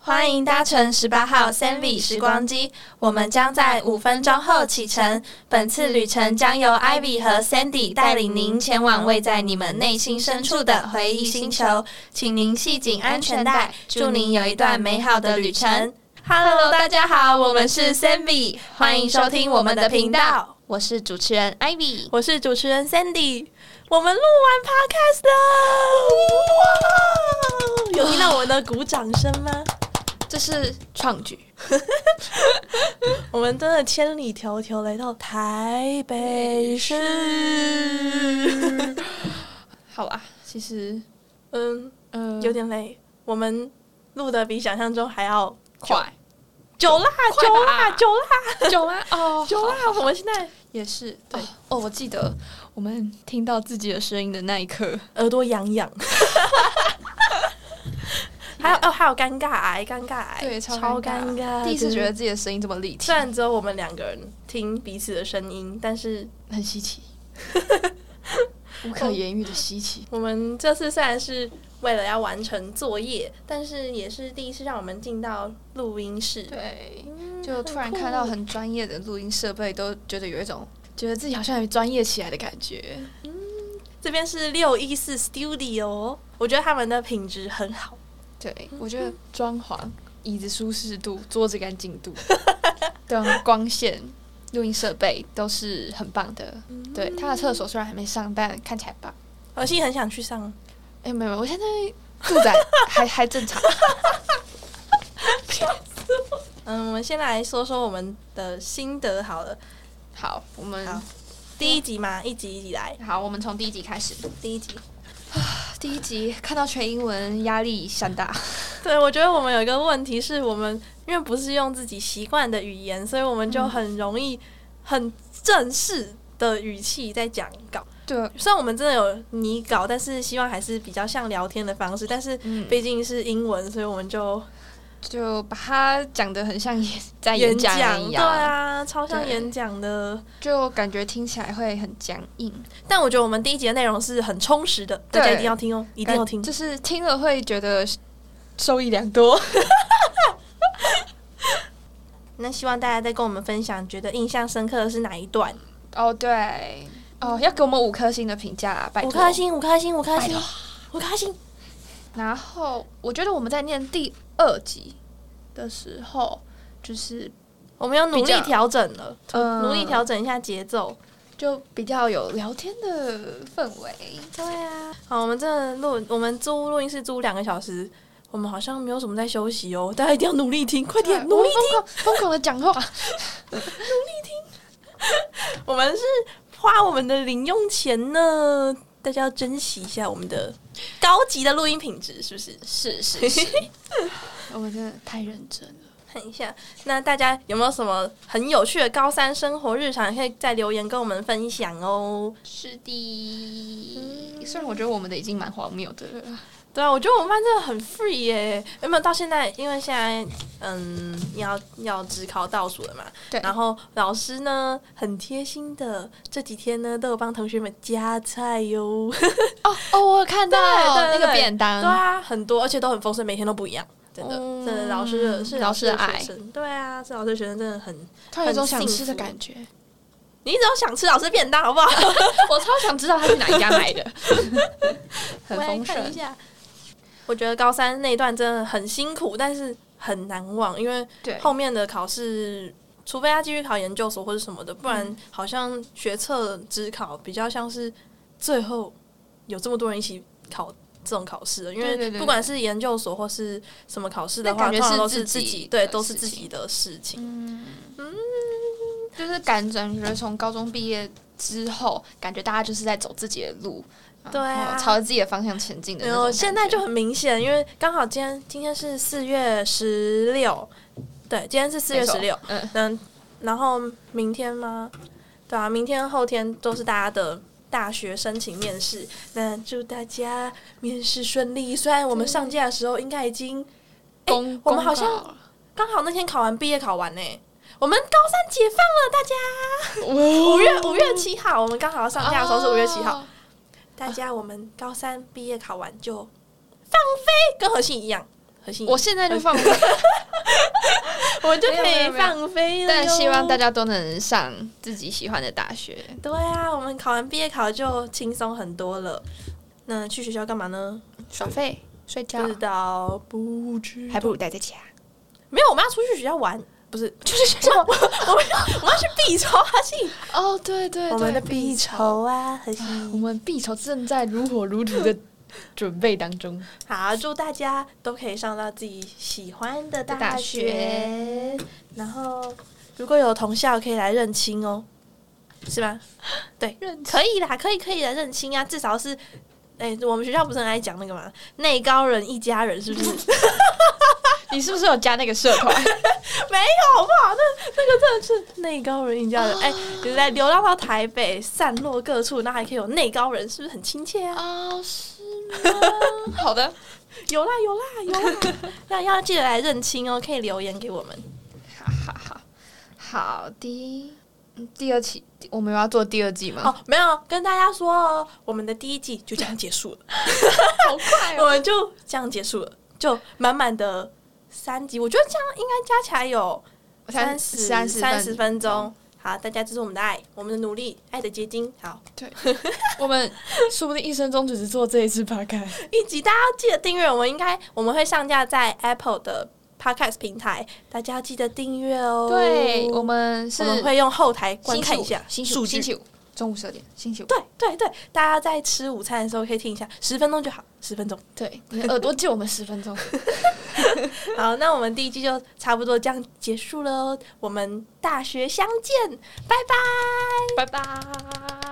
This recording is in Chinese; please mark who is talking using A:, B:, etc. A: 欢迎搭乘十八号 Sanvi 时光机，我们将在五分钟后启程。本次旅程将由 Ivy 和 Sandy 带领您前往位在你们内心深处的回忆星球，请您系紧安全带，祝您有一段美好的旅程。Hello，大家好，我们是 Sanvi，欢迎收听我们的频道。我是主持人 Ivy，
B: 我是主持人 Sandy。我们录完 Podcast 了，有听到我们的鼓掌声吗？
A: 这是创举，
B: 我们真的千里迢迢来到台北
A: 嗯
B: 市，
A: 好吧？其实，
B: 嗯，
A: 嗯、
B: 有点累。我们录的比想象中还要
A: 快，
B: 久啦，
A: 快
B: 久啦，
A: 吧
B: 久啦，
A: 久吗？哦，
B: 久啦！我们现在
A: 也是
B: 对
A: 哦哦，我记得我们听到自己的声音的那一刻，
B: 耳朵痒 痒，还有哦，还有尴尬癌，尴尬癌，
A: 对超
B: 超
A: 尴尬
B: 尬，
A: 第一次
B: 啊对
A: 觉得自己的声音这么立体
B: 虽，然只有我们两个人听彼此的声音，但是
A: 很稀奇，无可言喻的稀奇。
B: 我们这次虽然是为了要完成作业，但是也是第一次让我们进到录音室。
A: 对，
B: 嗯，
A: 就突然看到
B: 酷
A: 很专业的录音设备，都觉得有一种觉得自己好像有专业起来的感觉。
B: 这边是六一四 Studio，我觉得他们的品质很好。
A: 对，我觉得装潢、椅子舒适度、桌子干净度、 灯光线、录音设备都是很棒的。
B: 嗯
A: 对，他的厕所虽然还没上，但看起来很棒。
B: 我心里很想去上，
A: 哎、没有，没有我现在肚子还 还还正常。
B: 嗯，我们先来说说我们的心得好了。
A: 好，我们
B: 好
A: 好
B: 第一集嘛，一集一集来。
A: 我们从第一集开始。
B: 第一集，
A: 第一集看到全英文，压力山大。
B: 对我觉得我们有一个问题是我们因为不是用自己习惯的语言，所以我们就
A: 嗯
B: 很容易很正式的语气在讲稿。
A: 对，
B: 虽然我们真的有拟稿，但是希望还是比较像聊天的方式。但是
A: 嗯，
B: 毕竟是英文，所以我们就
A: 就把它讲得很像演在
B: 演
A: 讲一
B: 对
A: 样，
B: 啊，超像
A: 对
B: 演讲的。
A: 就感觉听起来会很僵硬。
B: 但我觉得我们第一集的内容是很充实的，大家
A: 对
B: 一定要听哦，一
A: 一
B: 定要听。
A: 就是听了会觉得受益良多。
B: 那希望大家再跟我们分享，觉得印象深刻的是哪一段？
A: 哦，对，哦，要给我们五颗星的评价啦，拜
B: 嗯五
A: 托。
B: 颗。星，五颗星，五颗
A: 拜
B: 星
A: 托，
B: 五颗星。
A: 然后我觉得我们在念第二集的时候，就是
B: 我们要努
A: 比较
B: 力调整了，
A: 嗯
B: 努力调整一下节奏。
A: 就比较有聊天的氛围。
B: 对啊，好，我们真的录，我们租录音室租两个小时，我们好像没有什么在休息哦，大家一定要努力听，快点
A: 对
B: 努力
A: 我们疯狂疯狂的讲话，
B: 我们是花我们的零用钱呢，大家要珍惜一下我们的高级的录音品质，是不是？
A: 是是是，我们真的太认真了。
B: 看一下，那大家有没有什么很有趣的高三生活日常，可以在留言跟我们分享哦。
A: 是
B: 嗯
A: 的，虽然我觉得我们的已经蛮荒谬的了，
B: 对啊，我觉得我们班真的很 free 耶、有没有到现在？因为现在嗯，要要只考倒数了嘛。
A: 对
B: 然后老师呢，很贴心的，这几天呢都有帮同学们加菜哟。
A: 哦哦，我有看到
B: 对对
A: 那
B: 对
A: 个便当，
B: 对啊，很多，而且都很丰盛，每天都不一样。真的，
A: 嗯
B: 真的，老师的是
A: 老
B: 老
A: 师
B: 师
A: 的
B: 的
A: 爱
B: 学生，对啊，是老师的学生，真的很，
A: 突然有一种
B: 很
A: 想
B: 幸
A: 吃的
B: 福
A: 感觉。
B: 你只要想吃老师便当，好不好？
A: 我超想知道他去哪一家买的，
B: 我
A: 很
B: 来
A: 丰
B: 看一
A: 盛。
B: 下。 我觉得高三那一段真的很辛苦，但是很难忘，因为
A: 对
B: 后面的考试，除非他继续考研究所或者什么的，不然
A: 嗯
B: 好像学测、只考比较像是最后有这么多人一起考这种考试的，因
A: 对对
B: 为
A: 对
B: 不管是研究所或是什么考试的
A: 那
B: 话，
A: 感觉
B: 通常
A: 是
B: 都
A: 自
B: 是自
A: 己
B: 己
A: 的
B: 对，都是
A: 事
B: 自己
A: 情
B: 的事情。
A: 嗯，就是感觉从高中毕业之后，感觉大家就是在走自己的路，嗯
B: 对啊
A: 然后朝着自己的方向前进的那
B: 然
A: 种
B: 后
A: 感觉。
B: 现在就很明显，因为刚好今天今天是四月十六，对，今天是四月
A: 没错
B: 十六，，
A: 嗯，
B: 嗯，然后明天吗？对啊，明天后天都是大家的大学申请面试。那祝大家面试顺利。虽然我们上架的时候应该已经哎
A: 公、
B: 我们好
A: 公告
B: 像刚好那天考完毕业考完呢、我们高三解放了，大家五月五月七号，我们刚好要上架的时候是五月七号。
A: 哦
B: 大家我们高三毕业考完就放飞，跟何信一样，核心
A: 我现在就放飞，
B: 哎我就可
A: 没有没
B: 以
A: 有没有
B: 放飞了哟。
A: 但希望大家都能上自己喜欢的大学。
B: 对啊，我们考完毕业考就轻松很多了。那去学校干嘛呢？
A: 耍废、睡觉
B: 不，知道，不知
A: 还不如待在家。
B: 没有，我们要出去学校玩，不是出去学校，我们 我们我们要去必筹啊！信
A: 哦，对对对，
B: 我们的必筹啊，核
A: 我
B: 心。
A: 们必筹正在如火如荼的准备当中。
B: 好，祝大家都可以上到自己喜欢的大
A: 大
B: 学。然后，如果有同校可以来认亲哦，是吧？对，可以啦，可以可以来认亲啊，至少是。哎、我们学校不是很爱讲那个嘛，内高人一家人是不 是？
A: 你是不是有加那个社 团？
B: 没有，好不好？那那个真的是内高人一家人，哎、你来流浪到台北，散落各处，那还可以有内高人，是不是很亲切啊？
A: 啊，是吗？好的，
B: 有啦，有啦，有啦， 要要记得来认亲哦，可以留言给我们。
A: 好好好，好的。嗯第二期我们有要做第二季吗？
B: 哦，没有跟大家说哦，我们的第一季就这样结束了，
A: 好快哦
B: 我！们就这样结束了，就满满的三集，我觉得这样应该加起来有
A: 三
B: 十
A: 三十
B: 三十分钟。好，大家这是我们的爱，我们的努力，爱的结晶。好，
A: 我们说不定一生中只是做这一次 p o d
B: 一集，大家要记得订阅。我们应该我们会上架在 Apple 的 Podcast 平台，大家要记得订阅哦。
A: 对，我们是
B: 我们会用后台观
A: 星期
B: 看
A: 五
B: 一下
A: 星期
B: 数
A: 五，
B: 据
A: 星。期五中午十二点，星期五。
B: 对对对，大家在吃午餐的时候可以听一下，十分钟就好，十分钟。
A: 对，你的耳朵借我们十分钟。
B: 好，那我们第一季就差不多这样结束了哦，我们大学相见，拜拜。
A: 拜拜。